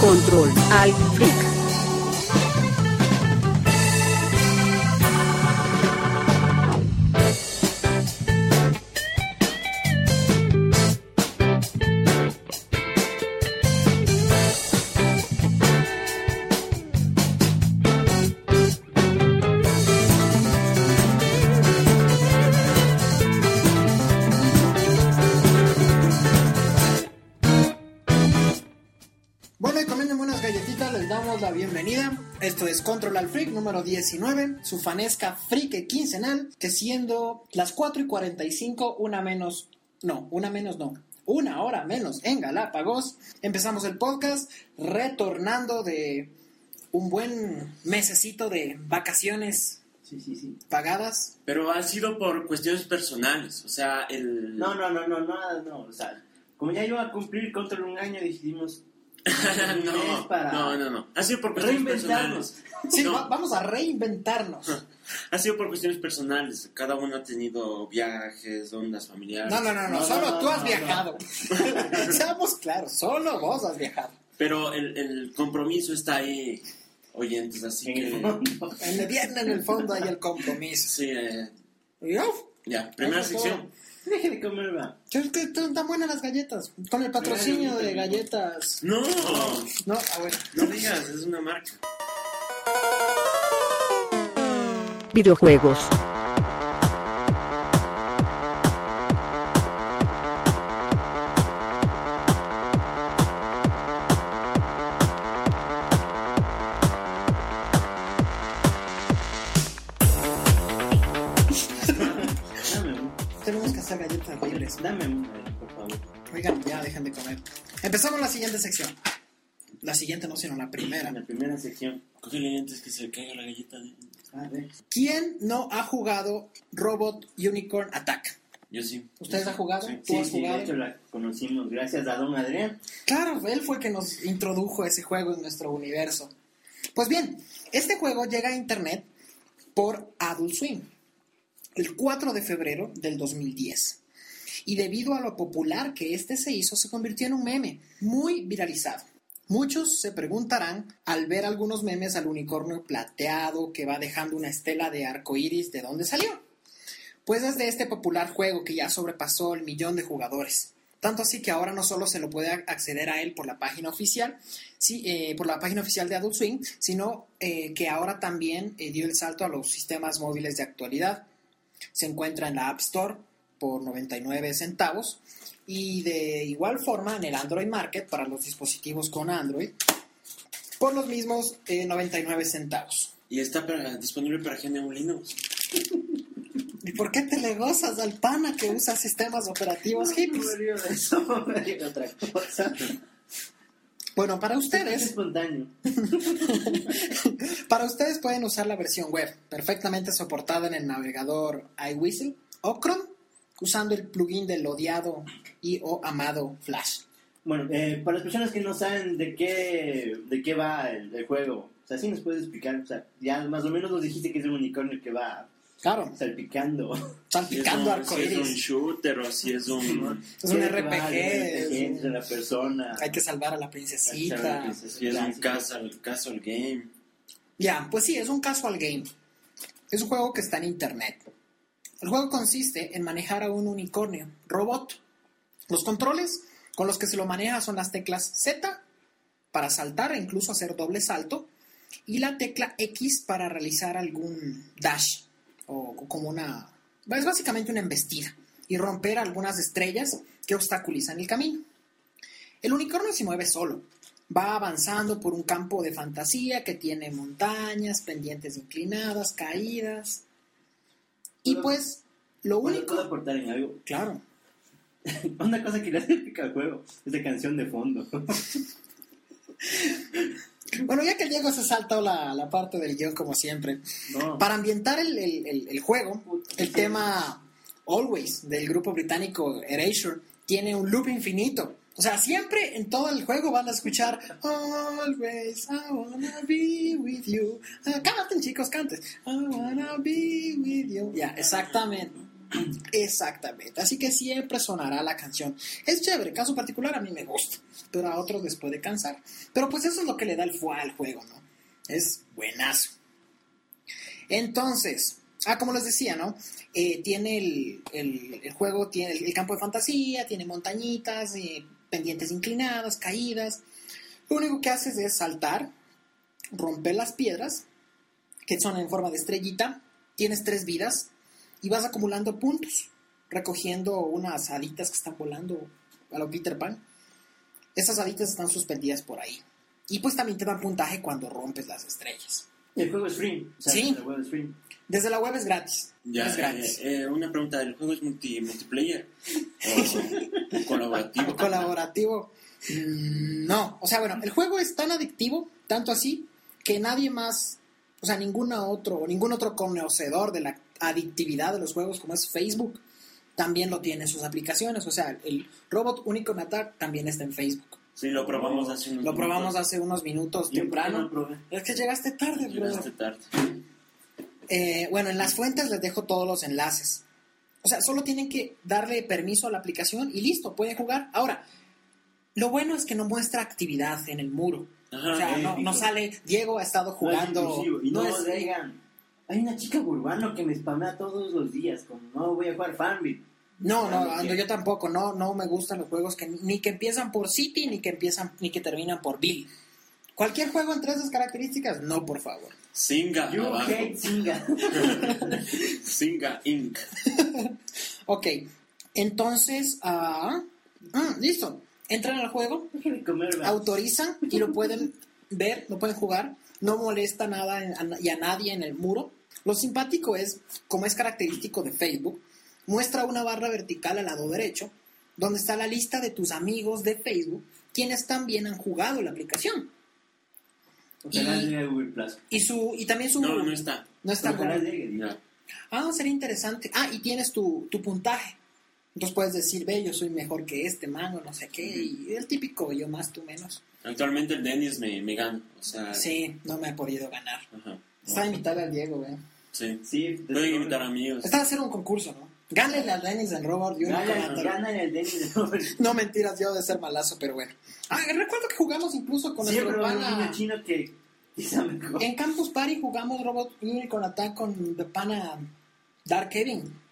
Control al Freak. Bueno, y comiendo buenas galletitas, les damos la bienvenida. Esto es Control al Freak número 19, su fanesca freak quincenal, que siendo las 4 y 45, una menos, no, una menos no, una hora menos en Galápagos, empezamos el podcast retornando de un buen mesecito de vacaciones Sí, sí, sí. pagadas. Pero ha sido por cuestiones personales, o sea, el... No, no, no, no, nada, no. O sea, como ya iba a cumplir contra un año, decidimos un mes no, para no, no, no. Ha sido por cuestiones reinventarnos. personales. Sí, No. va- vamos a reinventarnos. Ah. Ha sido por cuestiones personales. Cada uno ha tenido viajes, ondas familiares. No, no, no, no, No, solo no, no, tú has no, viajado. Seamos claros, solo vos has viajado. Pero el, el compromiso está ahí, oyentes, así En el que... fondo. En el, bien en el fondo hay el compromiso. Sí, eh, Y, uf, ya, primera Eso es sección. Deje de comer, va. es que están tan buenas las galletas. Con el patrocinio de galletas. No, No, a ver. no digas, es una marca. Videojuegos. Dame un. Tenemos que hacer galletas libres. Dame un, a ver, por favor. Oigan, ya dejen de comer. Empezamos la siguiente sección. La siguiente no, sino la primera. La primera sección. Cógele antes que se caiga la galleta. de- A ver. ¿Quién no ha jugado Robot Unicorn Attack? Yo sí. ¿Ustedes Yo sí. han jugado? Sí. ¿Tú Sí, has sí, jugado? de hecho la conocimos gracias a don Adrián. Claro, él fue el que nos introdujo ese juego en nuestro universo. Pues bien, este juego llega a internet por Adult Swim el 4 de febrero del 2010. Y debido a lo popular que este se hizo, se convirtió en un meme muy viralizado. Muchos se preguntarán al ver algunos memes al unicornio plateado que va dejando una estela de arco iris de dónde salió. Pues es de este popular juego que ya sobrepasó el millón de jugadores. Tanto así que ahora no solo se lo puede ac- acceder a él por la página oficial, sí, eh, por la página oficial de Adult Swing, sino eh, que ahora también eh, dio el salto a los sistemas móviles de actualidad. Se encuentra en la App Store por 99 centavos y de igual forma en el Android Market para los dispositivos con Android por los mismos eh, 99 centavos. Y está para- disponible para GNU Linux. ¿Y por qué te le gozas al pana que usa sistemas operativos hippies? No, no, Eso me dio otra cosa. Bueno, para ustedes... espontáneo. Para ustedes pueden usar la versión web, perfectamente soportada en el navegador iWhistle o Chrome, usando el plugin del odiado y o amado Flash. Bueno, eh, para las personas que no saben de qué, de qué va el, el juego, o sea, sí nos puedes explicar, o sea, ya más o menos nos dijiste que es un unicornio que va Claro, salpicando. Si salpicando es un- si es un arcoíris. shooter o si es un... Es un Que va RPG, de es un- de la persona. Hay que salvar a la Hay que salvar a princesita. la princesa. Si es un casual, casual game. Ya, pues sí, es un casual game. Es un juego que está en internet. El juego consiste en manejar a un unicornio, robot. Los controles con los que se lo maneja son las teclas Z para saltar e incluso hacer doble salto y la tecla X para realizar algún dash o como una... Es básicamente una embestida y romper algunas estrellas que obstaculizan el camino. El unicornio se mueve solo. Va avanzando por un campo de fantasía que tiene montañas, pendientes inclinadas, caídas. Y Todo- pues lo Bueno, único... puedo aportar en algo. Claro. Una cosa que le hace épica al juego es de canción de fondo. Bueno, ya que Diego se saltó la, la parte del guión como siempre. No. Para ambientar el, el- el- el juego, el tema Always del grupo británico Erasure tiene un loop infinito. O sea, siempre en todo el juego van a escuchar Always I wanna be with you. Ah, Canten, chicos, canten. I wanna be with you. Ya, exactamente. Exactamente. Así que siempre sonará la canción. Es chévere, caso particular a mí me gusta, pero a otros les puede cansar. Pero pues eso es lo que le da el fuá al juego, ¿no? Es buenazo. Entonces, ah, como les decía, ¿no? Eh, tiene el, el- el juego, tiene el, el campo de fantasía, tiene montañitas, eh, pendientes inclinadas, caídas. Lo único que haces es saltar, romper las piedras, que son en forma de estrellita. Tienes tres vidas, y vas acumulando puntos, recogiendo unas haditas que están volando a lo Peter Pan. Esas haditas están suspendidas por ahí. Y pues también te dan puntaje cuando rompes las estrellas. El juego es free. O sea, Sí. El juego es free. Desde la web es gratis. Ya, es gratis. eh, eh, una pregunta, ¿el juego es multi, multiplayer? ¿O colaborativo? Colaborativo. mm, No. O sea, bueno, el juego es tan adictivo, tanto así, que nadie más, o sea, ninguna otro, o ningún otro conocedor de la adictividad de los juegos, como es Facebook, también lo tiene en sus aplicaciones. O sea, el robot único en atar también está en Facebook. Sí, lo probamos hace unos Lo probamos minutos. hace unos minutos Yo no temprano. probé. Es que llegaste tarde, bro. Llegaste tarde. Eh, bueno, en las fuentes les dejo todos los enlaces. O sea, solo tienen que darle permiso a la aplicación y listo, pueden jugar. Ahora, lo bueno es que no muestra actividad en el muro. Ajá, o sea, eh, no, no dijo, sale, Diego ha estado Ah, No es jugando. inclusivo. y no, no es- oigan, Hay una chica urbano que me spamea todos los días. Como no voy a jugar Farmville. no, no, Ah, ok. no, yo tampoco, no, no me gustan los juegos que ni que empiezan por City ni que empiezan ni que terminan por Bill. Cualquier juego entre esas características, no, por favor. Singa, Ah, You abajo. hate Singa. Singa Inc. Ok, entonces, ah, mm, listo. Entran al juego, Dejen de comer, va. autorizan y lo pueden ver, lo pueden jugar. No molesta nada en- a na- y a nadie en el muro. Lo simpático es, como es característico de Facebook, muestra una barra vertical al lado derecho donde está la lista de tus amigos de Facebook quienes también han jugado la aplicación. Ojalá y- llegue a Google Plus. Y su y también su No, no está. no está Ojalá Google. llegue. Ya. Ah, sería interesante. Ah, y tienes tu, tu puntaje. Entonces puedes decir, ve, yo soy mejor que este mango, no sé qué. Y el típico, yo más, tú menos. Actualmente el Dennis me, me gana. O sea, Sí, no me ha podido ganar. Ajá. Está a invitar al Diego, güey. Sí. Sí, Voy a invitar a amigos. Está a hacer un concurso, ¿no? Gánale al Dennis del Robot y un Gana, Nicolás. gana el Dennis Robert. No mentiras, yo de ser malazo, pero bueno. Ah, recuerdo que jugamos incluso con Siempre nuestro va a haber un pana. niño chino que quizá mejor. En Campus Party jugamos Robot Unicorn Attack con el pana Dark Kevin.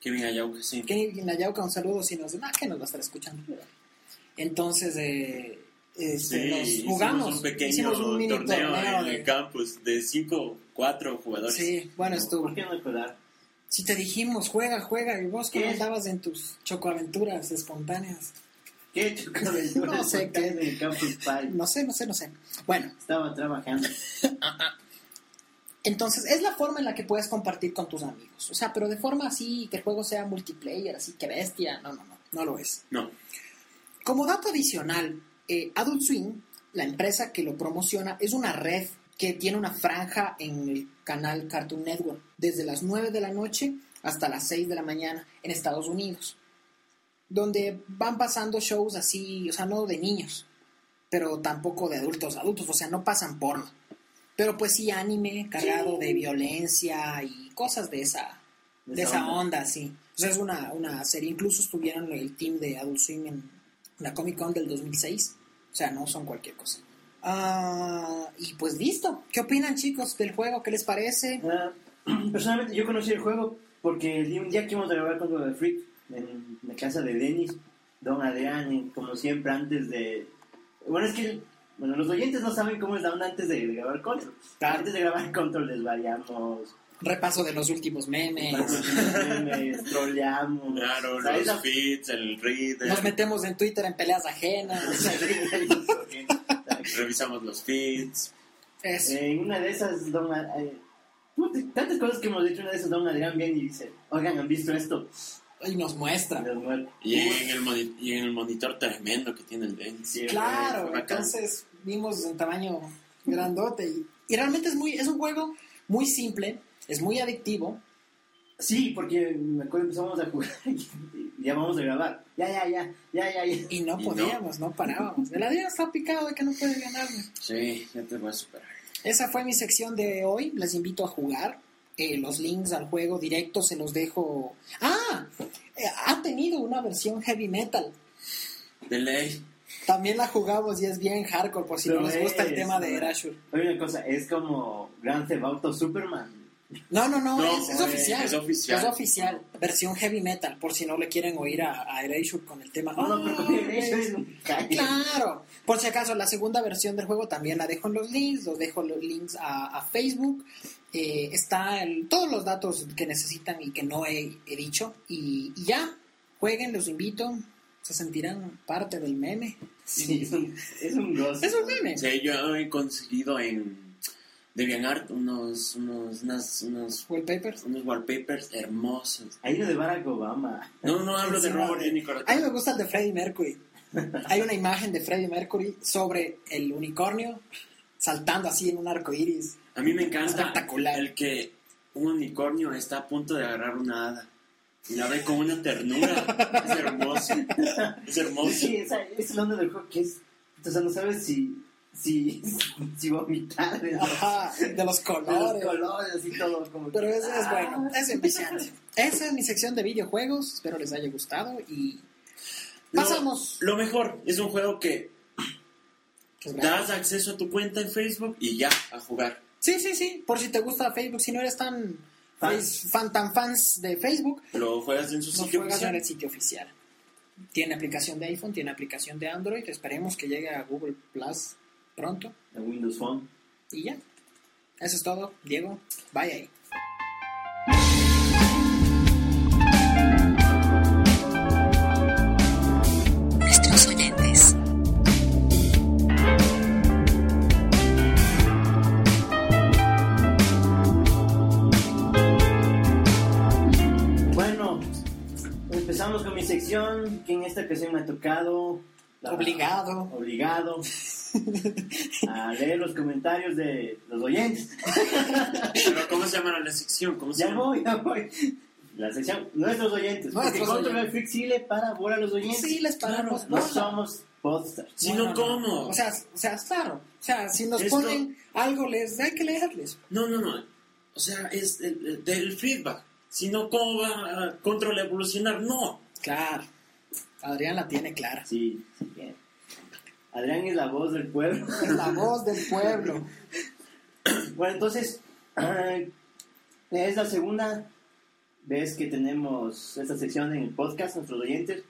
Kevin Ayauca, sí. Kevin Layauca, un saludo si nos... Ah, que nos va a estar escuchando. Entonces, eh, este, Sí, nos hicimos jugamos. un pequeño Hicimos un mini torneo, en de- el campus de 5, 4 jugadores. Sí, bueno, estuvo. ¿Por qué no colar? Si te dijimos, juega, juega, y vos que ¿Qué? andabas en tus chocoaventuras espontáneas. ¿Qué chocaventura? No sé qué. En el Campus Party. No sé, no sé, no sé. Bueno, Estaba trabajando. Entonces, es la forma en la que puedes compartir con tus amigos. O sea, pero de forma así, que el juego sea multiplayer, así que bestia. No, no, no, no lo es. No, Como dato adicional, eh, Adult Swim, la empresa que lo promociona, es una red que tiene una franja en el canal Cartoon Network, desde las 9 de la noche hasta las 6 de la mañana en Estados Unidos, donde van pasando shows así, o sea, no de niños, pero tampoco de adultos, adultos, o sea, no pasan porno, pero pues sí anime cargado de violencia y cosas de esa, de esa onda, sí. O sea, es una, una serie. Incluso estuvieron el team de Adult Swim en la Comic Con del 2006. O sea, no son cualquier cosa. Ah, y pues listo. ¿Qué opinan, chicos, del juego? ¿Qué les parece? Ah, personalmente, yo conocí el juego porque el día- un día que íbamos a grabar con lo de Freak en la casa de Denis, Don Adrián, y como siempre, antes de. Bueno, es que bueno, los oyentes no saben cómo es la onda antes de, de grabar Control. Claro. Antes de grabar Control, desvariamos, Repaso de los últimos memes. memes, troleamos. claro, O sea, los esa- feeds, el reader, Nos metemos en Twitter en peleas ajenas. revisamos los feeds. Eso. Eh, en una de esas, don Ad- eh, puta, tantas cosas que hemos dicho, una de esas, don Adrián viene y dice, oigan, ¿han visto esto? Y nos Y muestra. los muerde. Y en, el moni- y en el monitor tremendo que tiene el Dennis. Sí, Claro, Bacán. entonces vimos en tamaño grandote. Y, y realmente es, muy, es un juego muy simple, es muy adictivo. Sí, porque me acuerdo empezamos a jugar y ya vamos a grabar. Ya, ya, ya, ya, ya, ya. Y no Y no. podíamos, no, parábamos. El Adrián está picado de que no puede ganarme. Sí, ya te voy a superar. Esa fue mi sección de hoy. Les invito a jugar. eh, los links al juego directo se los dejo. ¡Ah! Eh, ha tenido una versión heavy metal. De ley. También la jugamos y es bien hardcore, por si Lo no les gusta el es, tema de ¿no? Erasure. Oye, una cosa, es como Grand Theft Auto Superman. No, no, no, No, es, es eh, oficial. es oficial. Es oficial. Versión heavy metal, por si no le quieren oír a, a Erasure con el tema. No, no, "Ah, pero eso es un cague. Claro. Por si acaso, la segunda versión del juego también la dejo en los links, los dejo los links a, a Facebook. Eh, está el- todos los datos que necesitan y que no he, he dicho. Y, y ya, jueguen, los invito. Se sentirán parte del meme. Sí, es un, es un gozo. Es un meme. Sí, yo he conseguido en DeviantArt unos, unos, unas- unos, Wallpapers. unos wallpapers hermosos. Ahí lo de Barack Obama. No, no hablo de Encima Robert de- de Nicolás. A mí me gusta el de Freddie Mercury. Hay una imagen de Freddie Mercury sobre el unicornio saltando así en un arco iris. A mí me encanta Espectacular. el que un unicornio está a punto de agarrar una hada. Y la ve con una ternura. Es hermoso. Es hermoso. Sí, esa, es el onda del juego que es. O sea, no sabes si. Si. Si vomitar. De los, Ajá, de los de los colores. colores y todo. Como que- Pero es, es bueno, Ah. es enviciante. Esa es mi sección de videojuegos, espero les haya gustado y Lo- pasamos. Lo, mejor es un juego que Pues, gracias. das acceso a tu cuenta en Facebook y ya, a jugar. Sí, sí, sí, por si te gusta Facebook, si no eres tan Fan. face- fan, tan fans de Facebook, Lo juegas en su no sitio juegas en oficial. el sitio oficial. Tiene aplicación de iPhone, tiene aplicación de Android, esperemos que llegue a Google Plus pronto De Windows Phone. y ya. Eso es todo, Diego, vaya ahí. nuestros oyentes. Bueno, empezamos con mi sección. Que en esta ocasión me ha tocado. la- Obligado. Obligado. A leer los comentarios de los oyentes. Pero ¿cómo se llama la sección? ¿Cómo se Ya llama? voy, ya voy. La sección, nuestros oyentes. Porque Nuestros Control oyentes. Freak sí le para bola a los oyentes. Sí, les paramos. No bola. somos posters. Si no, ¿cómo? O sea, o sea, claro. O sea, si nos Esto- ponen algo, les hay que leerles. No, no, no. O sea, es el- el- del feedback. Si no, ¿cómo va a Control a evolucionar? No. Claro. Adrián la tiene clara. Sí, sí, bien. Adrián es la voz del pueblo. Es la voz del pueblo. bueno, entonces, eh, es la segunda vez que tenemos esta sección en el podcast, nuestros oyentes.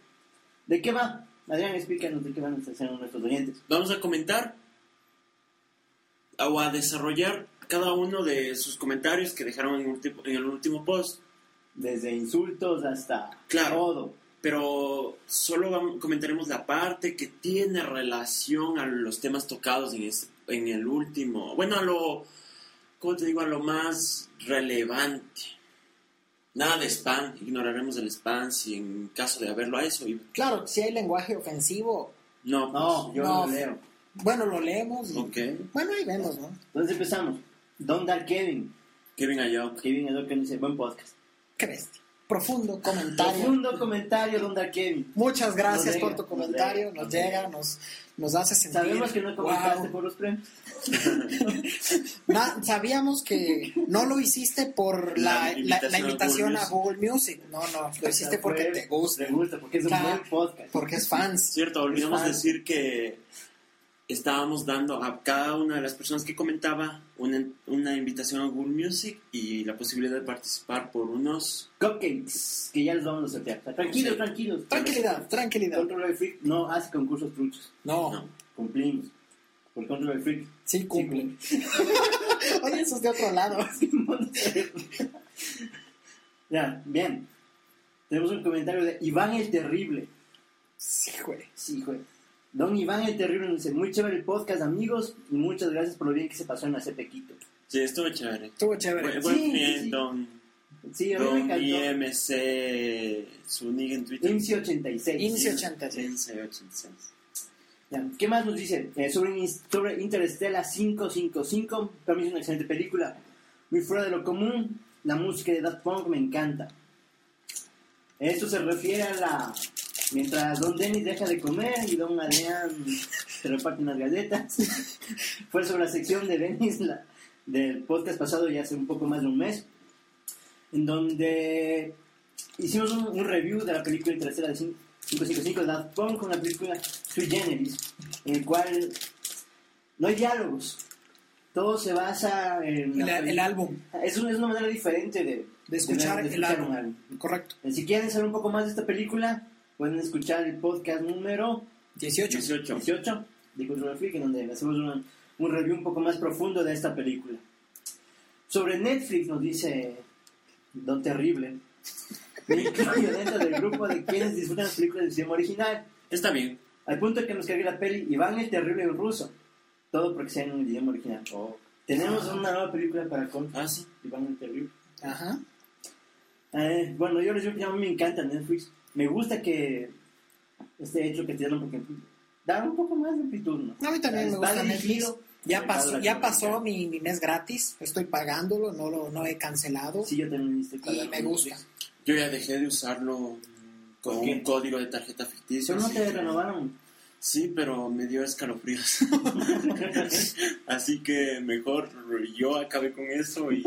¿De qué va? Adrián, explícanos de qué van a hacer nuestros oyentes. vamos a comentar o a desarrollar cada uno de sus comentarios que dejaron en, ulti- en el último post. Desde insultos hasta Claro. todo. Pero solo vam- comentaremos la parte que tiene relación a los temas tocados en, es- en el último. Bueno, a lo, ¿cómo te digo? A lo más relevante. Nada de spam, ignoraremos el spam si en caso de haberlo a eso. y- Claro, si hay lenguaje ofensivo, no, No, yo Pues, No. no leo. bueno, lo leemos. y- pues, ok. Bueno, ahí vemos, ¿no? Entonces empezamos. Don Dark Kevin. Pues, Kevin Ayok. Kevin es lo que nos dice, buen podcast. Qué bestia. Profundo comentario. Segundo comentario, Donda Kevin. Muchas gracias Nos por llega, tu nos comentario. llega, Nos nos llega, llega. nos, nos hace sentir. Sabemos que no comentaste Wow. por los premios. Na- sabíamos que no lo hiciste por la, La la- la invitación a invitación a Google Google Music. No, no, lo hiciste porque te gusta. Te Pues, gusta, porque es un Claro. buen podcast. Porque es fans. Cierto, olvidamos Fan. decir que estábamos dando a cada una de las personas que comentaba una, una invitación a Google Music y la posibilidad de participar por unos... Cupcakes, que ya los vamos a sortear. O sea, tranquilos, Sí. tranquilos. Tranquilidad, tranquilidad. Control by Freak no hace concursos truchos. No, No, Cumplimos. Por Control by Freak. sí cumple. Oye, eso es de otro lado. ya, bien. Tenemos un comentario de Iván el Terrible. Sí, güey. Sí, güey. Don Iván el Terrible nos dice, muy chévere el podcast, amigos, y muchas gracias por lo bien que se pasó en la CP Quito. sí, estuvo chévere. Estuvo chévere. Buen, buen sí, friend, sí. Don, Sí, a mí me don encantó. IMC, su nick en Twitter. IMSI86. IMSI 86. IMC86. Ya, ¿Qué más nos dice? Eh, sobre, In- sobre Interstellar 555, para mí es una excelente película. Muy fuera de lo común, la música de Daft Punk me encanta. Esto se refiere a la... Mientras Don Dennis deja de comer y Don Adrián se reparte unas galletas. Fue sobre la sección de Dennis la- del podcast pasado ya hace un poco más de un mes. en donde hicimos un, un review de la película tercera de 555 de Daft Punk, una película sui generis, en el cual no hay diálogos. Todo se basa en... El, la el peli- álbum, es, un- es una manera diferente de, de escuchar de- de el escuchar un álbum. álbum. Correcto. Si quieren saber un poco más de esta película, pueden escuchar el podcast número 18. 18. 18 de Control Freak, en donde hacemos una- un review un poco más profundo de esta película. Sobre Netflix nos dice Don Terrible, me incluyo dentro del grupo de quienes disfrutan las películas del idioma original, Está bien. al punto de que nos cargué la peli Iván el Terrible en ruso, todo porque sea en el idioma original. Tenemos una nueva película para con Ah, sí. Iván el Terrible. Ajá. Eh, bueno, yo les digo que ya me encanta Netflix. Me gusta que este hecho que tienen porque da un poco más de amplitud, ¿no? A mí también me Está gusta Netflix. dirigido Ya al pasó, mercado ya pasó latinoamericano. mi, mi mes gratis. Estoy pagándolo, no lo no he cancelado. Sí, yo también hice y pagar me Netflix. gusta. Yo ya dejé de usarlo con ¿Por qué? un código de tarjeta ficticio. Solo no así te que- renovaron. Sí, pero me dio escalofríos. así que mejor yo acabé con eso y, y-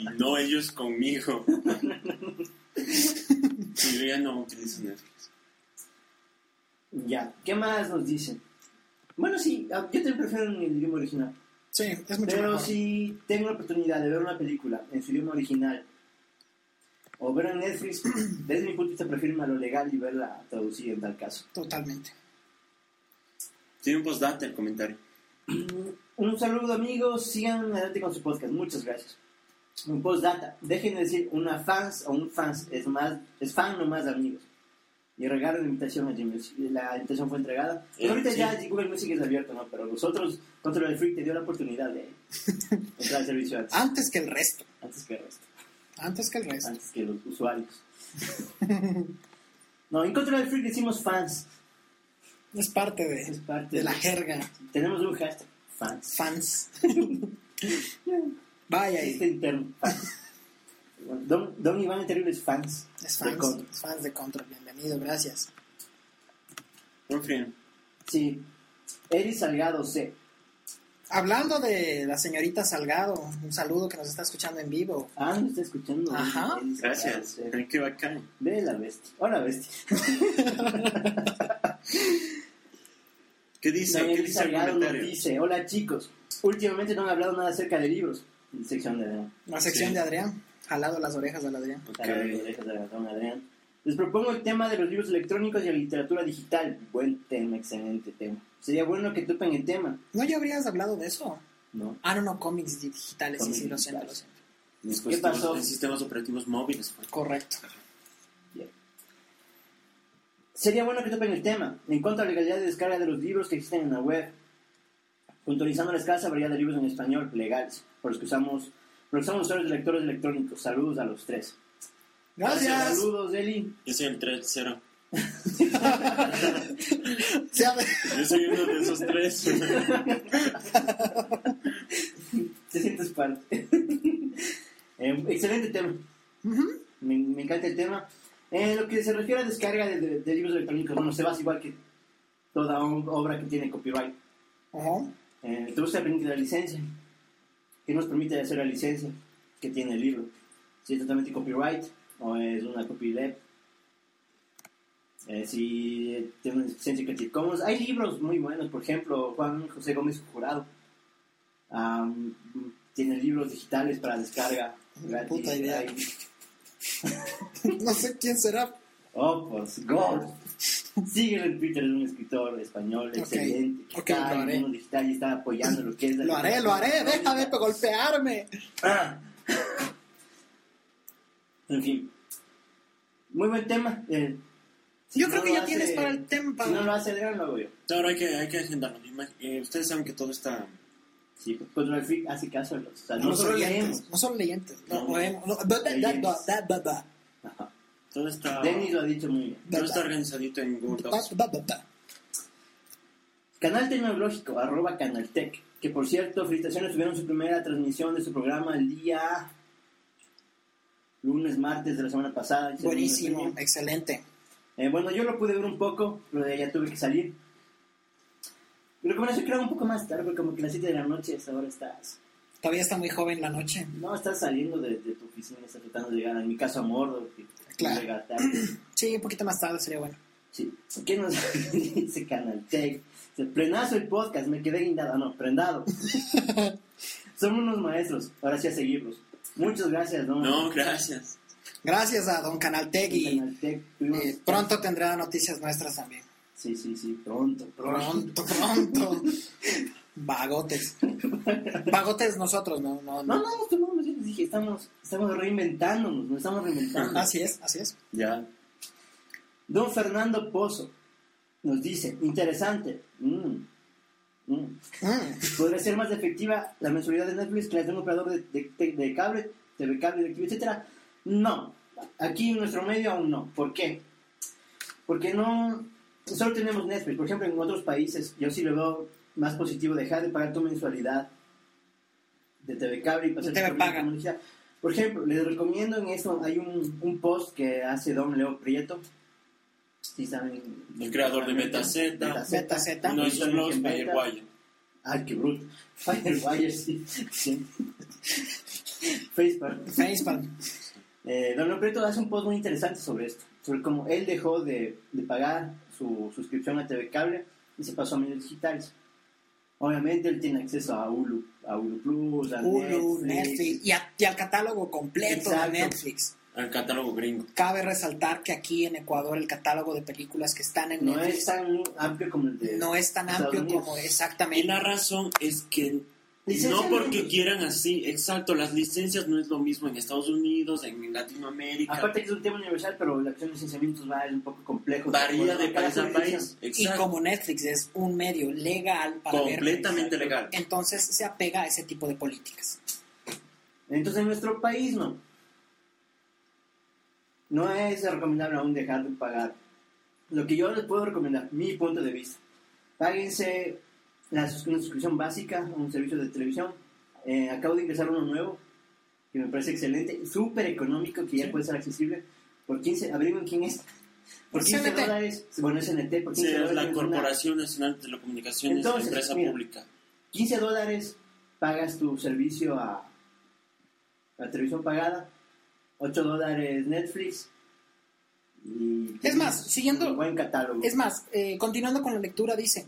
y no ellos conmigo. Sí, yo ya no utilizo Netflix. ya. ¿Qué más nos dicen? Bueno, sí, ah, yo también prefiero en el idioma original. Sí, es mucho Pero mejor. si tengo la oportunidad de ver una película en su idioma original o ver en Netflix, desde mi punto de vista prefiero irme a lo legal y verla traducida en tal caso. Totalmente. Tiene un postdata el comentario. Un saludo amigos, sigan adelante con su podcast, muchas gracias. Un postdata, dejen de decir una fans o un fans, es más, es fan no más amigos. Y regalo la invitación a G-Music. Y La invitación fue entregada. Y Eh, ahorita sí. ya Google Music es abierto, ¿no? Pero nosotros, Control el Freak te dio la oportunidad de entrar al servicio antes, Antes que el resto. antes que el resto, Antes que el resto. antes que los usuarios. No, en Control el Freak decimos fans. Es parte Es de, parte de la jerga. Tenemos un hashtag, fans. Fans. Vaya, y- Este interno. fans. Don, Don Iván el Terrible es fans. es de fans. Contra. Es fans de Control. Bienvenido, gracias. En fin, Sí. Eri Salgado C. Hablando de la señorita Salgado, un saludo que nos está escuchando en vivo. Ah, me está escuchando. Ajá. Eri Salgado gracias. C. Qué bacán. Ve la bestia. Hola, bestia. ¿Qué dice? ¿Qué Eri dice el Salgado nos comentario? dice: Hola, chicos. Últimamente no han hablado nada acerca de libros. En sección de Adrián. La sección Sí. de Adrián. Jalado las orejas al Adrián. Ok. Salgado, orejas de ratón, Adrián. Les propongo el tema de los libros electrónicos y la literatura digital. Buen tema, excelente tema. Sería bueno que topen el tema, ¿No ya habrías hablado de eso? ¿no? Ah, no, no, cómics digitales. sí, Cómics sí, lo siento, digitales. lo siento. Después ¿Qué pasó? tenemos- En sistemas operativos móviles. pues. Correcto. Sería bueno que topen el tema en cuanto a la legalidad de descarga de los libros que existen en la web, puntualizando la escasa variedad de libros en español legales, por los que usamos, por los que somos usuarios de lectores electrónicos. Saludos a los tres. Gracias. Saludos, Eli. Yo soy el tercero. Se abre- Yo soy uno de esos tres. Te sientes parte. Eh, excelente tema. Ujú. Me, me encanta el tema. En lo que se refiere a descarga de, de- de libros electrónicos, bueno, se basa igual que toda o- obra que tiene copyright. Ajá. Eh, te gusta aprender la licencia. ¿Qué nos permite hacer la licencia que tiene el libro? Si es totalmente copyright o es una copyleft. Eh, si tiene una licencia Creative Commons. Hay libros muy buenos, por ejemplo, Juan José Gómez Jurado. ah, tiene libros digitales para descarga. gratis. Puta idea. Hay- No sé quién será. Oh, pues, God. Síguelo en Twitter, es un escritor español Ok. excelente. que Ok, lo está en haré. el mundo digital y está apoyando lo que es la Lo haré, lo haré. Deja de golpearme. Ah. En fin. Muy buen tema. eh, si Yo no creo que lo ya hace- tienes para el tema. Si no lo hace Adrián, lo hago yo. Ahora hay que, hay que agendarlo. Ima- eh, Ustedes saben que todo está Sí, pues, Control Freak hace caso a los. O sea, No nosotros son leemos. leyentes. No son leyentes. No, No. oemos- no, da- da- da- Leyentes. da- da- da. Ajá. Todo Ah. está, Denis lo ha dicho muy bien. todo está organizadito en Google Da- Docs. da- da- da. Canal Tecnológico, arroba Canaltech. Que por cierto, felicitaciones tuvieron su primera transmisión de su programa el día lunes, martes de la semana pasada. Hicieron una Buenísimo, reunión. excelente. Eh, bueno, yo lo pude ver un poco, pero de ya tuve que salir. Lo que me creo un poco más tarde, porque como que a las 7 de la noche hasta ahora estás. Todavía está muy joven la noche. No, estás saliendo de, de tu oficina, estás tratando de llegar, en mi caso, a Mordor. que- que Claro. llega tarde. Sí, un poquito más tarde sería bueno. Sí. ¿Qué nos dice Canal Tech? Dice, Plenazo el podcast, me quedé guindado. No, prendado. Somos unos maestros, ahora sí a seguirlos. Muchas gracias, don. No, gracias. Gracias a Don Canaltec y Canal Tech, tuvimos- eh, pronto tendrá noticias nuestras también. Sí, sí, sí, pronto, pronto. Pronto, pronto. Vagotes. Vagotes nosotros, no, no, No, no. no, tú no, yo les dije, estamos, estamos reinventándonos, nos estamos reinventando. Así es, así es. Ya. Don Fernando Pozo nos dice, interesante, mm, mm, Mm, podría ser más efectiva la mensualidad de Netflix que la de un operador de, de, de- de cable, TV cable, de actividad, etcétera. No, aquí en nuestro medio aún no. ¿Por qué? Porque no, solo tenemos Netflix. Por ejemplo, en otros países yo sí lo veo más positivo dejar de pagar tu mensualidad de TV cable y pasar TV por paga. publicidad. Por ejemplo, les recomiendo en eso, hay un, un post que hace Don Leo Prieto. Si saben, El creador de Metazeta. Zeta, zeta. Uno de sus blogs, Meta. Firewire. Ay, qué bruto. Firewire, sí. sí. Facebook. Facepalm. Eh, Don Leo Prieto hace un post muy interesante sobre esto. Sobre cómo él dejó de, de pagar su suscripción a TV Cable y se pasó a medios digitales. Obviamente él tiene acceso a Hulu, a Hulu Plus, a Hulu, Netflix y, a- y al catálogo completo Exacto. de Netflix. Al catálogo gringo. Cabe resaltar que aquí en Ecuador el catálogo de películas que están en No Netflix es tan amplio como el de... no es tan Estados amplio Unidos. como Y exactamente. la razón es que no Licenciamiento. porque quieran así, exacto, las licencias no es lo mismo en Estados Unidos, en Latinoamérica. Aparte que es un tema universal, pero la acción de licenciamientos va es un poco complejo. varía de Cada país a jurisdicción. país. Y Exacto. como Netflix es un medio legal para ver, Completamente legal. entonces se apega a ese tipo de políticas. Entonces en nuestro país no. No es recomendable aún dejar de pagar. Lo que yo les puedo recomendar, mi punto de vista, páguense la sus- una suscripción básica a un servicio de televisión. Eh, acabo de ingresar uno nuevo, que me parece excelente, súper económico, que ya puede ser accesible. Por 15, averigüen quién es. Por 15 CNT. dólares, bueno, es NT, por O 15 sea, dólares. la tienes una- Corporación Nacional de Telecomunicaciones, Entonces, empresa mira. pública. 15 dólares pagas tu servicio a la televisión pagada, 8 dólares Netflix. Y Es más, siguiendo- un Buen catálogo. Es más, eh, continuando con la lectura, dice,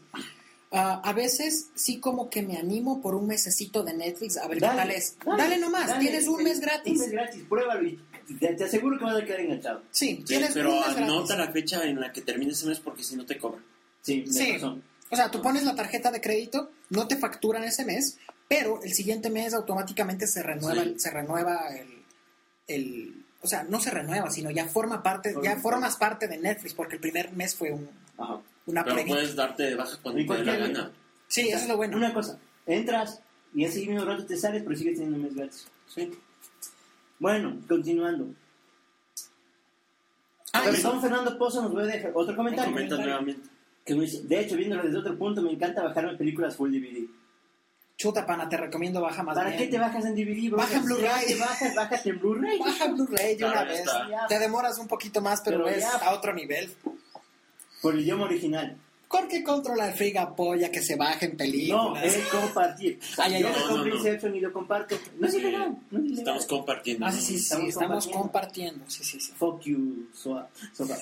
ah, a veces sí como que me animo por un mesecito de Netflix a ver qué tal es. Dale, nomás, dale, tienes un sí, mes Un gratis. mes gratis, pruébalo y te, te aseguro que vas a quedar enganchado. Sí, Sí, tienes un pero mes gratis. anota la fecha en la que termine ese mes porque si no te cobran. Sí, de Sí. razón. O sea, tú pones la tarjeta de crédito, no te facturan ese mes, pero el siguiente mes automáticamente se renueva, Sí. se renueva el, el- o sea, no se renueva, sino ya forma parte, Forma ya parte. formas parte de Netflix porque el primer mes fue un- Ajá. una Pero previa. puedes darte de baja cuando Y te dé la cualquier- gana. Sí, eso es lo bueno. Una cosa, entras y ese mismo rato te sales, pero sigues teniendo un mes gratis. Sí. Bueno, continuando. Ah, Pero y- don Fernando Pozo nos va a dejar otro comentario. Comenta nuevamente. Que me dice, de hecho, viéndolo desde otro punto, me encanta bajarme películas full DVD. chuta pana, te recomiendo baja más ¿Para bien. qué te bajas en DVD? bro? Baja en Blu-ray. Te bajas, bájate en Blu-ray. Baja Blu-ray de una Claro, vez. está. Te demoras un poquito más, pero, Pero ves ya. a otro nivel. Por el idioma original. Porque controla el friga polla que se baje en películas. No, es compartir. Ay, ay, yo ay. me No, compro no, no. Inception y lo comparto. No es Eh, ilegal. No es ilegal. Estamos compartiendo. Ah, ¿no? sí, sí, sí, Estamos estamos, compartiendo. Sí, sí, sí. Fuck you, soa. sopa.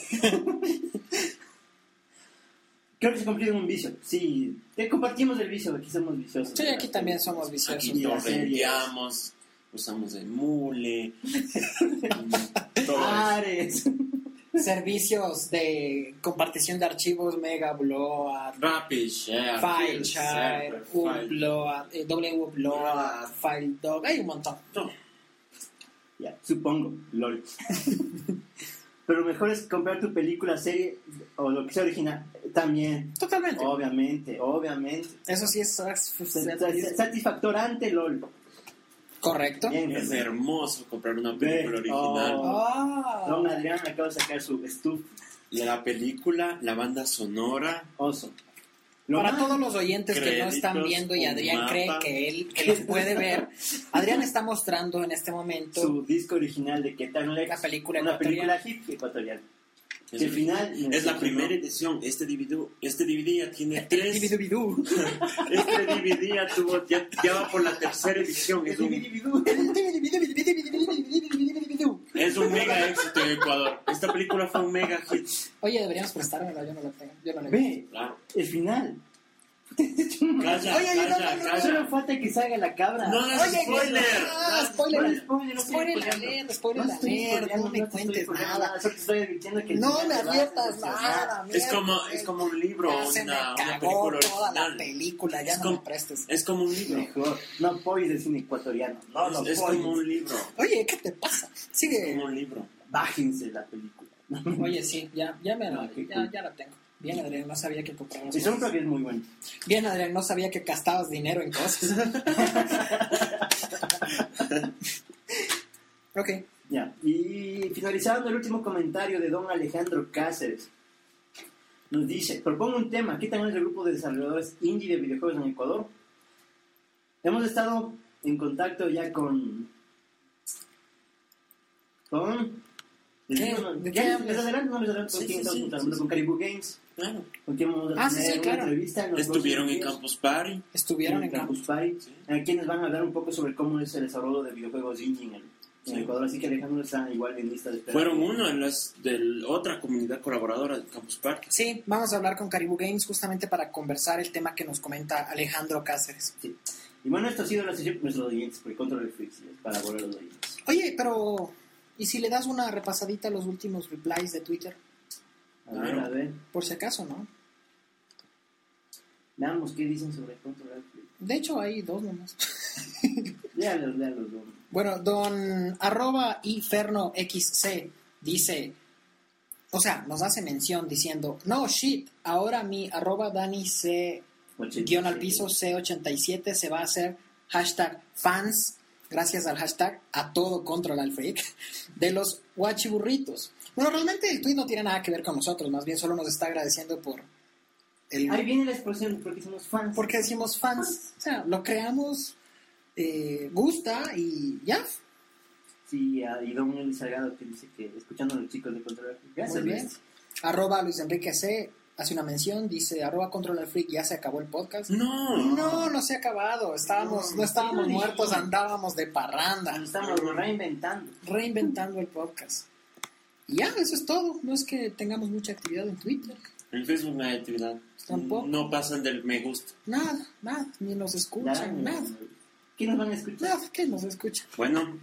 Creo que se convirtió en un vicio. Sí, te compartimos el vicio. Aquí somos viciosos. Sí, aquí también somos viciosos. Aquí las series. torrenteamos, usamos el mule. todo eso. Ares. Servicios de compartición de archivos, Mega Bloat, Rapid Share. File Share, Share, Upload, eh, Bloat. WBloat, File Dog, hay un montón. No, Ya, supongo, lol. Pero mejor es comprar tu película, serie o lo que sea original. También. Totalmente. Oh. Obviamente, obviamente. Eso sí es Satisfactorante, LOL. correcto. Bien, es Fernando. hermoso comprar una película Ve, original. oh. Ah, Don Adrián acaba de sacar su stuff Y la película, la banda sonora. oso. Lo para más- todos los oyentes que no están Créditos, viendo y un Adrián cree mapa. que él que los puede ver, Adrián está mostrando en este momento Su disco original de Ketan Lex. La película Una ecuatoriana. película hip ecuatoriana. Es Que al el- final me Es la decepcionó. primera edición. Este DVD, este DVD ya tiene tres. este Dividubidú. DVD ya, tuvo, ya, ya va por la tercera edición. Es un, es un mega éxito en Ecuador. Esta película fue un mega hit. Oye, deberíamos prestármela, yo no la tengo. Yo no la he visto. Ve, Claro. el final. Puta, Calla, Oye, no, no, calla, no, calla. Solo falta que salga la cabra. No hagas Oye, spoiler. ah, Bueno, spoiler. spoiler, no estoy Spoiler spoileando. alert, spoiler No estoy alert, spoileando, no me te estoy cuentes spoileando nada. Solo te estoy advirtiendo que No el me final te va a adviertas decepcionar. nada, Es mierda. como, es como un libro, Ya se me una, una cagó película toda la original. película, ya Es no me como- prestes. Es como un libro. Mejor. No apoyes el cine ecuatoriano. No lo Es, es apoyes. como un libro. Oye, ¿qué te pasa? Es como Sigue. un libro. Bájense la película. Oye, sí, ya, ya me No, Ah, qué ya, cool. ya la tengo. Bien, Adrián, no sabía que comprabas. El soundtrack es muy bueno. Bien, Adrián, no sabía que gastabas dinero en cosas. ok. Ya. Y finalizando el último comentario de don Alejandro Cáceres. Nos dice, propongo un tema, ¿qué tan es el grupo de desarrolladores indie de videojuegos en Ecuador? Hemos estado en contacto ya con... Con... ¿Qué? Ya, ¿De qué ya, hablas? les adelanto, no les adelanto, Sí, con quién sí, estamos sí, contando, sí, con Caribou Games, Claro. con quien vamos a Ah, sí, tener sí, una claro. entrevista. los Estuvieron en próximos días. Campus Party. Estuvieron en campo. Campus Party, Sí. a quienes van a hablar un poco sobre cómo es el desarrollo de videojuegos indie en, el- en Sí. Ecuador. Así que Alejandro está igual en lista de espera. Fueron uno en las de la otra comunidad colaboradora de Campus Party. Sí, vamos a hablar con Caribou Games justamente para conversar el tema que nos comenta Alejandro Cáceres. Sí. Y bueno, esto ha sido la sesión con nuestros oyentes, por Control Freaks, para volver a los oyentes. Oye, pero. ¿Y si le das una repasadita a los últimos replies de Twitter? A ver, a ver, Por si acaso, ¿no? veamos qué dicen sobre Control Freaks. De hecho, hay dos nomás. Léalos, léalos, don. Bueno, don arroba xc dice, o sea, nos hace mención diciendo, no shit, ahora mi arroba dani c Ochenta y guión al siete. piso c87 se va a hacer hashtag fans, gracias al hashtag a todo control al freak, de los guachiburritos. Bueno, realmente el tweet no tiene nada que ver con nosotros, más bien solo nos está agradeciendo por el Ahí viene la expresión, porque somos fans. porque decimos fans, o sea, lo creamos, eh, gusta y ya. Sí, ah, y don Eli Salgado que dice que escuchando a los chicos de Control Freaks. Gracias, Muy bien. Luis. Arroba Luis Enrique C. Hace una mención, dice arroba control al freak, ya se acabó el podcast. Mm. No. No, no se ha acabado. Estábamos, no, No, estábamos sí lo muertos, dijimos. andábamos de parranda, Nos estamos reinventando. reinventando el podcast. Y ya, eso es todo. No es que tengamos mucha actividad en Twitter. En Facebook no hay actividad. Tampoco. No pasan del me gusta. Nada, nada. Ni nos escuchan, Ya, nada. ¿Qué nos van a escuchar? Nada, que nos escuchan. Bueno,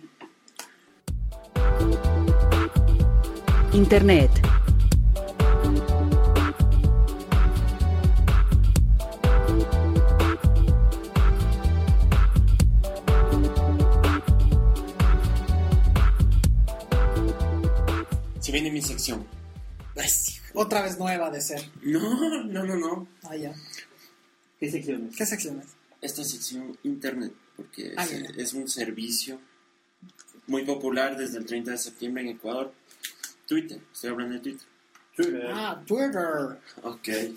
Internet. se viene mi sección. Otra vez nueva de ser. No, no, no, no. Ah, ya. ¿Qué secciones? ¿Qué secciones? Esta sección internet, porque Ah, es, bien. es un servicio muy popular desde el 30 de septiembre en Ecuador. Twitter, estoy hablando de Twitter. Eh. Ah, Twitter. Ok. Verás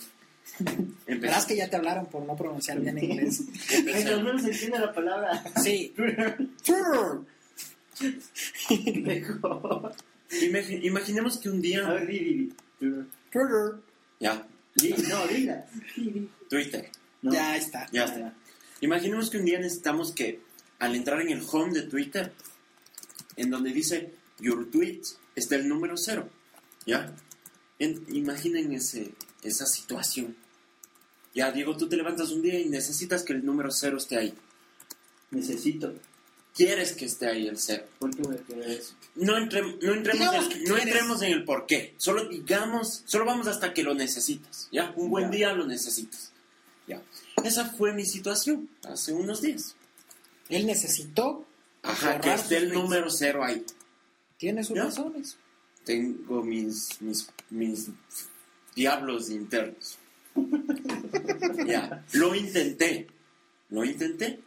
Empezamos. que ya te hablaron por no pronunciar bien inglés. Mientras menos se entienda la palabra Sí. Twitter, Twitter. mejor. Imagi- imaginemos que un A día... ver, di, di, di. Twitter. Twitter. Ya, Di, no, dila. Di, di. Twitter. No. Ya ahí está. Ya está. Imaginemos que un día necesitamos que, al entrar en el home de Twitter, en donde dice Your Tweet, está el número cero. ¿Ya? En- imaginen ese, esa situación. Ya, Diego, tú te levantas un día y necesitas que el número cero esté ahí. Necesito. Quieres que esté ahí el cero. ¿Por qué voy a querer eso? No, entre- no, entremos, Digamos en, que no quieres. entremos en el por qué. Solo digamos, solo vamos hasta que lo necesitas. ¿Ya? Un buen Ya. día lo necesitas. ¿Ya? Esa fue mi situación hace unos días. Él necesitó. Ajá, que borrar esté el sus tweets. número cero ahí. Tiene sus ¿Ya? razones. Tengo mis, mis, mis diablos internos. ya, lo intenté. Lo intenté.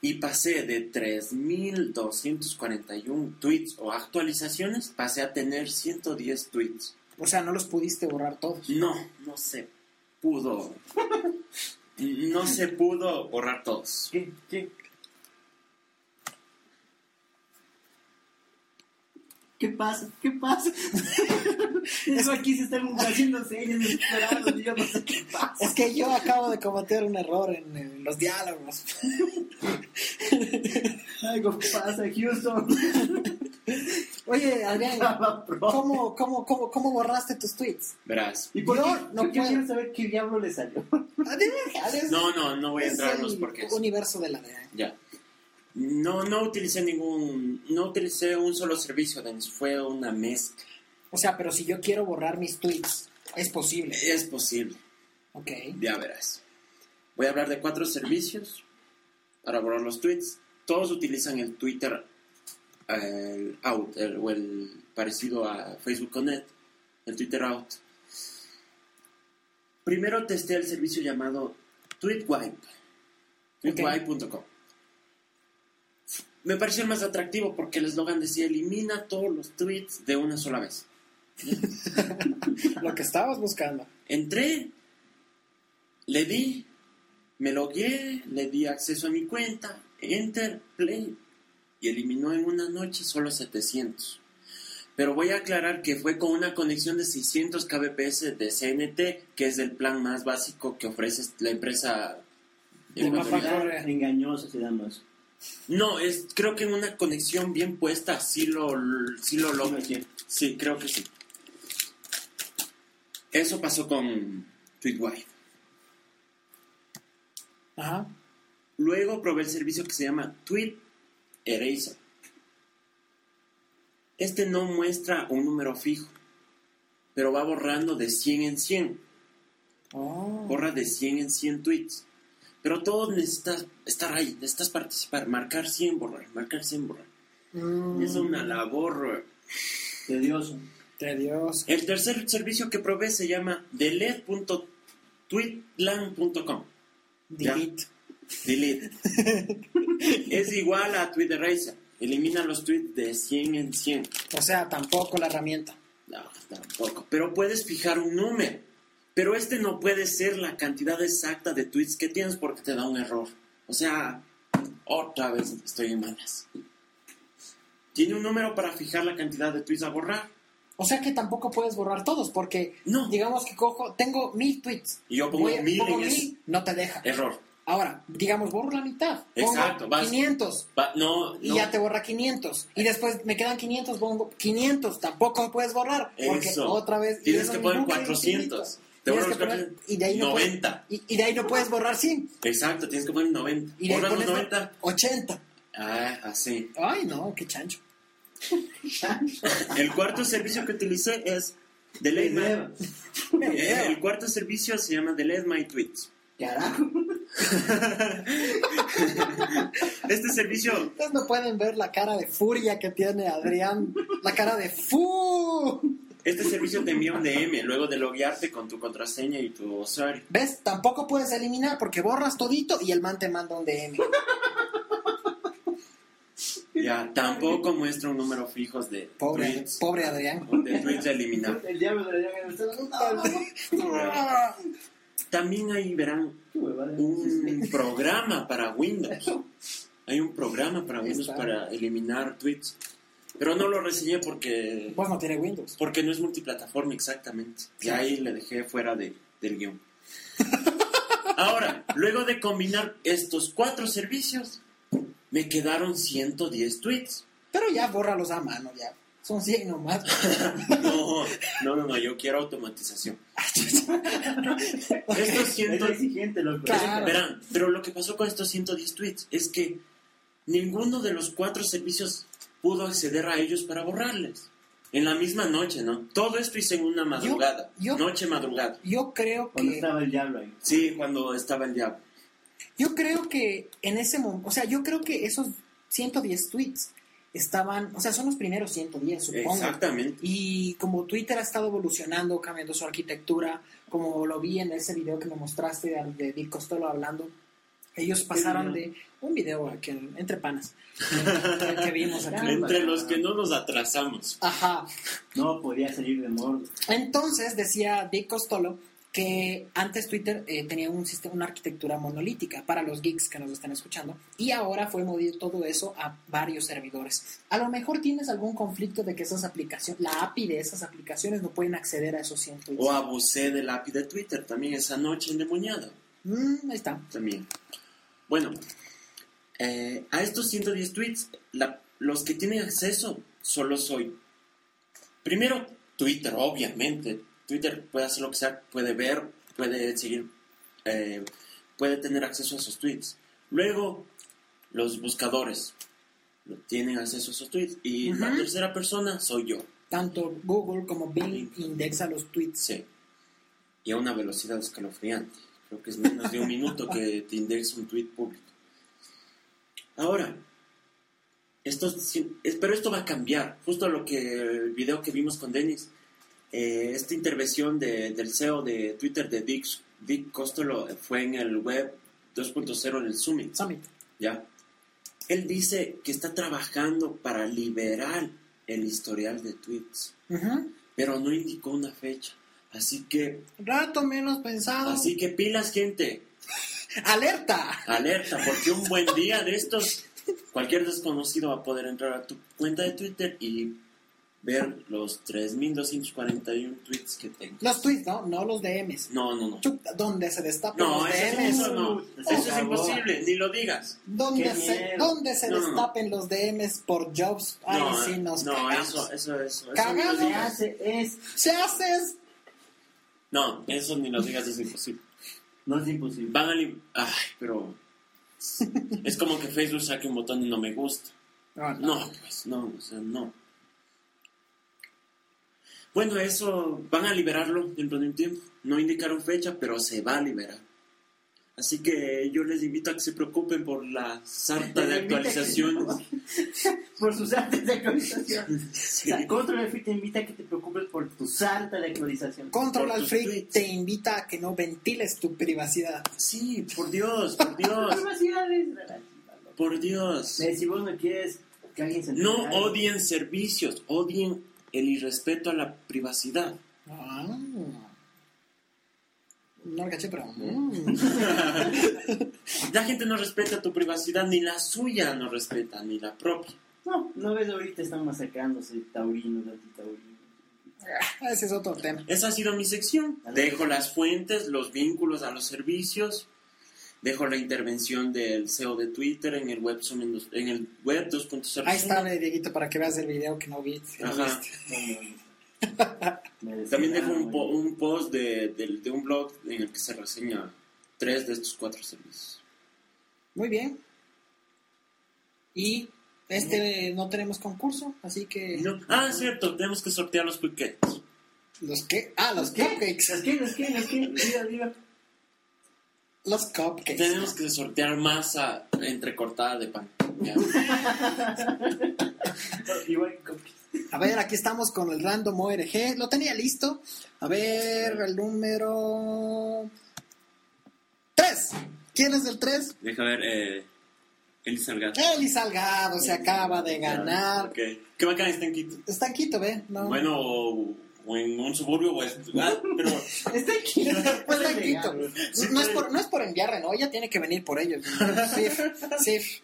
Y pasé de 3.241 tweets o actualizaciones, pasé a tener 110 tweets. O sea, no los pudiste borrar todos. No, no se pudo. No se pudo borrar todos. ¿Qué? ¿Qué? ¿Qué pasa? ¿Qué pasa? Eso aquí se están haciendo señas desesperados. Yo no sé qué pasa. Es que yo acabo de cometer un error en, eh, los diálogos. Algo pasa, Houston. Oye, Adrián, Estaba pro. ¿cómo, cómo, cómo, cómo borraste tus tweets? Verás. ¿Y por Yo qué? no yo puedo. quiero saber qué diablo le salió. Adrián, Adrián, No, no, no voy a es entrar en el los porqués. universo de la DEA. Ya. No, no utilicé ningún. No utilicé un solo servicio, Dennis. Fue una mezcla. O sea, pero si yo quiero borrar mis tweets, es posible. Es posible. Ok. Ya verás. Voy a hablar de cuatro servicios para borrar los tweets. Todos utilizan el Twitter el out el- o el parecido a Facebook Connect, el Twitter out. Primero testé el servicio llamado TweetWipe, tweetwipe.com. Me pareció el más atractivo porque el eslogan decía elimina todos los tweets de una sola vez. Lo que estabas buscando. Entré, le di, me logué, le di acceso a mi cuenta, enter, play, y eliminó en una noche solo 700. Pero voy a aclarar que fue con una conexión de 600 kbps de CNT, que es el plan más básico que ofrece la empresa. De Papá ecuatoriana. Correa. Engañoso se llama eso. No, es, creo que en una conexión bien puesta sí lo, sí lo logra. Sí, creo que sí. Eso pasó con TweetWire. Ajá. Luego probé el servicio que se llama Tweet Eraser. Este no muestra un número fijo, pero va borrando de 100 en 100. Oh. Borra de 100 en 100 tweets. Pero todos necesitas estar ahí, necesitas participar, marcar 100, borrar, marcar 100, borrar. Mm, Es una labor. Tedioso. Tedioso. El tercer servicio que probé se llama delete.tweetland.com. Ya. Delete. Delete. es igual a Tweet Eraser. Elimina los tweets de 100 en 100. O sea, tampoco la herramienta. No, tampoco. Pero puedes fijar un número. Pero este no puede ser la cantidad exacta de tweets que tienes porque te da un error. O sea, otra vez estoy en malas. Tiene un número para fijar la cantidad de tweets a borrar. O sea que tampoco puedes borrar todos porque No. digamos que cojo, tengo mil tweets. Y yo pongo Voy a- mil pongo en mil, ese. no te deja. Error. Ahora, digamos, borro la mitad. Pongo Exacto, vas. 500 Va- no, y no. ya te borra 500. Y después me quedan 500, pongo 500. Tampoco puedes borrar porque Eso. otra vez... y Tienes eso que es poner bucle 400. infinito. Te Tienes borras que poner- 400. y de ahí no puedes- 90. y, y de ahí no puedes borrar 100. Exacto, tienes que poner 90. Y de ahí Borras los pones 90. 80. Ah, así. Ay, no, qué chancho. El cuarto servicio que utilicé es Delete My- Tedioso. Eh, El cuarto servicio se llama Delete My Tweets. Carajo. Este servicio Ustedes no pueden ver la cara de furia que tiene Adrián. La cara de fu. Este servicio te envía un DM luego de loguearte con tu contraseña y tu usuario. ¿Ves? Tampoco puedes eliminar porque borras todito y el man te manda un DM. Ya, tampoco muestra un número fijo de Pobre, tweets, pobre Adrián. de tweets a eliminar. El diablo de la llave. También ahí verán Qué huevada. Mm. un programa para Windows. Hay un programa para Ahí Windows está. para eliminar tweets. Pero no lo reseñé porque, Pues no tiene Windows. porque no es multiplataforma exactamente. Y ahí le dejé fuera de- del guión. Ahora, luego de combinar estos cuatro servicios, me quedaron 110 tweets. Pero ya bórralos a mano, ya. Son 100 nomás. No, no, no, no, yo quiero automatización. estos Es 110 exigente, loco. Claro. verán, pero lo que pasó con estos 110 tweets es que ninguno de los cuatro servicios pudo acceder a ellos para borrarles. En la misma noche, ¿no? Todo esto hice en una madrugada. yo- Noche madrugada. Yo creo Cuando que. estaba el diablo ahí. Sí, cuando estaba el diablo. Yo creo que en ese momento. O sea, yo creo que esos 110 tweets estaban. O sea, son los primeros 110, supongo. Exactamente. Y como Twitter ha estado evolucionando, cambiando su arquitectura, como lo vi en ese video que me mostraste de, de Bill Costello hablando, ellos pasaron video? de un video aquí en- entre panas que, que vimos acá. Entre los que no nos atrasamos. Ajá. No podía salir de mordo. Entonces decía Dick Costolo que antes Twitter eh, tenía un sistema, una arquitectura monolítica para los geeks que nos están escuchando y ahora fue movido todo eso a varios servidores. A lo mejor tienes algún conflicto de que esas aplicaciones, la API de esas aplicaciones no pueden acceder a esos 100 tweets. O abusé del API de Twitter también esa noche endemoniada. Mm, ahí está. También. Bueno, eh, a estos 110 tweets, la- los que tienen acceso solo soy. Primero, Twitter, obviamente. Twitter puede hacer lo que sea, puede ver, puede seguir, eh, puede tener acceso a esos tweets. Luego, los buscadores lo- tienen acceso a esos tweets. Y la Ujú. tercera persona soy yo. Tanto Google como Bing indexa los tweets. Sí. Y a una velocidad escalofriante. Creo que es menos de un minuto que te indexa un tweet público. Ahora, estos, cien- es- pero esto va a cambiar. Justo lo que el video que vimos con Dennis, eh, esta intervención de- del CEO de Twitter de Dick, Dick Costolo eh, fue en el web 2.0 en el Summit. Summit. ¿ya? Él dice que está trabajando para liberar el historial de tweets Ujú. pero no indicó una fecha. Así que, Rato menos pensado. así que pilas, gente, ¡Alerta! alerta, porque un buen día de estos, cualquier desconocido va a poder entrar a tu cuenta de Twitter y ver los 3.241 tweets que tengo. Los tweets, ¿no? No los DMs. No, no, no. Chuta, Donde se destapan No, los eso, es- DMs. eso no. Se Eso es acabó. imposible, ni lo digas. ¿Dónde Qué se, miedo. ¿dónde se No, no, no. destapen los DMs por jobs? Ay, No, sí, nos no cagamos. eso, eso, eso. eso ni lo Cagamos. Lo que digas. hace es. Se haces No, eso ni lo digas, es imposible. No es imposible. Van a... lim- Ay, pero... Es como que Facebook saque un botón y no me gusta. No, pues no, o sea, no. Bueno, eso van a liberarlo dentro de un tiempo. No indicaron fecha, pero se va a liberar. Así que yo les invito a que se preocupen por la sarta de Les invito a que se actualizaciones. Por sus artes de actualización. O sea, Control F te invita a que te preocupes por tu salta de actualización. Control Por al tus Freak tweets. te invita a que no ventiles tu privacidad. Sí, por Dios, por Dios, Privacidades. por Dios. Eh, Si vos no quieres que alguien se No entere, odien servicios, odien el irrespeto a la privacidad. Ah. No lo caché, pero. mm. La gente no respeta tu privacidad, ni la suya no respeta, ni la propia. No, no ves ahorita están masacrándose taurinos, antitaurinos. Ah, Ese es otro tema. Esa ha sido mi sección. Dejo las fuentes, los vínculos a los servicios. Dejo la intervención del CEO de Twitter en el web, Summit dos- en el web 2.0. Ahí está, ve, Dieguito, para que veas el video que no vi. Ajá. No, no, no. También Ah, dejo un, Merecen- po- un post de, de- de un blog en el que se reseña tres de estos cuatro servicios. Muy bien. Y este no tenemos concurso, así que. No- Ah, cierto, tenemos que sortear los piquetes. ¿Los qué? Ah, los ¿Qué? cupcakes. ¿Los qué? ¿Los qué? ¿Los qué? Diga, diga. Los cupcakes. Tenemos que sortear masa entrecortada de pan. Ya. Igual que- A ver, aquí estamos con el random ORG. Lo tenía listo. A ver, el número 3. ¿Quién es el 3? Deja ver, eh, Eli Salgado. Eli Salgado se acaba de ganar. Ah, Ok. ¿Qué bacán está en Quito? Está en Quito, ¿ve? No. Bueno, o, o en un suburbio, o es- ah, pero Está aquí. Pues está en Quito. Sí, no, es puede. por, no es por enviarle, ¿no? Ella tiene que venir por ellos. Sif, Sif.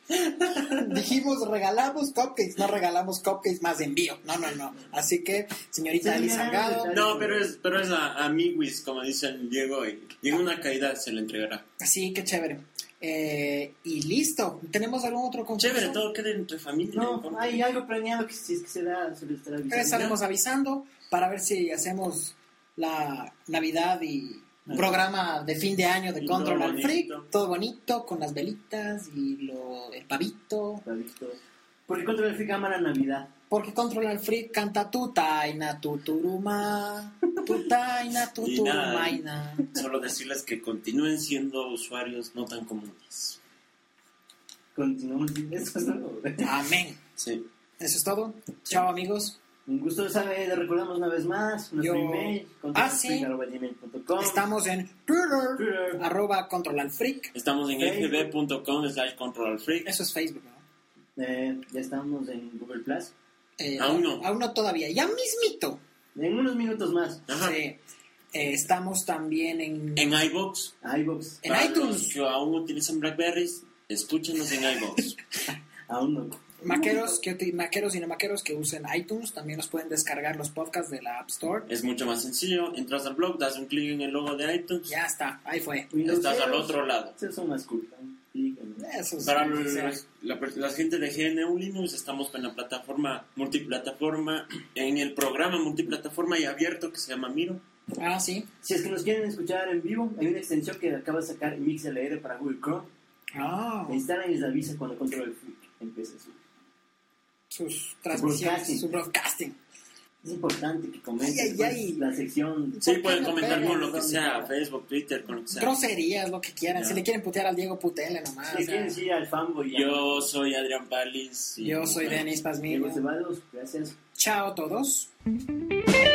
Dijimos, regalamos cupcakes, no regalamos cupcakes más de envío. No, no, no. Así que, señorita Sí, Eli ya, Salgado, ya. no, pero es, pero es a, a Miwis, como dicen Diego, y, y en una caída se le entregará. sí, qué chévere. Eh, y listo. ¿Tenemos algún otro concurso? Chévere, todo queda entre familia. No, hay algo planeado que si es que se da sobre estar Pero avisando. estaremos avisando para ver si hacemos la Navidad y un programa de fin de año de Y Control todo al bonito. Freak, todo bonito, con las velitas y lo, el pavito. Está listo. Porque Control F gama la Navidad. Porque Control al Freak canta tu taina, tu turuma, tu taina, tu Y nada. turumaina. Solo decirles que continúen siendo usuarios no tan comunes. Continuamos. Eso es todo. Amén. Sí. Eso es todo. Chao, amigos. Un gusto saber, le recordamos una vez más nuestro Yo- email, Ah, sí. contactofreak@gmail.com. Estamos en Twitter, Twitter. arroba Control al Freak. Estamos en Facebook. fb.com slash control freak. Eso es Facebook, ¿no? Eh, ya estamos en Google Plus. Eh, Aún no. Aún no todavía. Ya mismito. En unos minutos más. Ajá. Sí. Eh, estamos también en, En iBox. iVoox, En para iTunes. los que aún utilizan Blackberries, escúchenos en iBox. aún no. maqueros, que, uti- maqueros y no maqueros que usen iTunes. También nos pueden descargar los podcasts de la App Store. es mucho más sencillo. Entras al blog, das un clic en el logo de iTunes, Ya está, ahí fue. estás al otro lado. Esos son más cool. ¿no? Sí, con- Eso es- Para Pues o sea, los- la, per- la gente de GNU Linux estamos en la plataforma multiplataforma, en el programa multiplataforma y abierto que se llama Miro. Ah, sí. Si es que nos quieren escuchar en vivo, hay una extensión que acaba de sacar MixLR para Google Chrome. Ah, La instalan y les avisa cuando Control Freak empiece su. sus transmisiones, broadcasting. su broadcasting. Es importante que comenten Ay, ay, pues, ay. la sección. Sí, ¿Por qué pueden no comentar pegan? con lo que sea, Facebook, Twitter, con lo que sea. Groserías, lo que quieran. Ya. Si le quieren putear al Diego, putele nomás. Si Ah, o sea, quieren ir al fanboy, Yo soy Adrián Palis. y- yo soy Denis Diego Pazmiño. Ceballos, gracias. Chao todos. Destino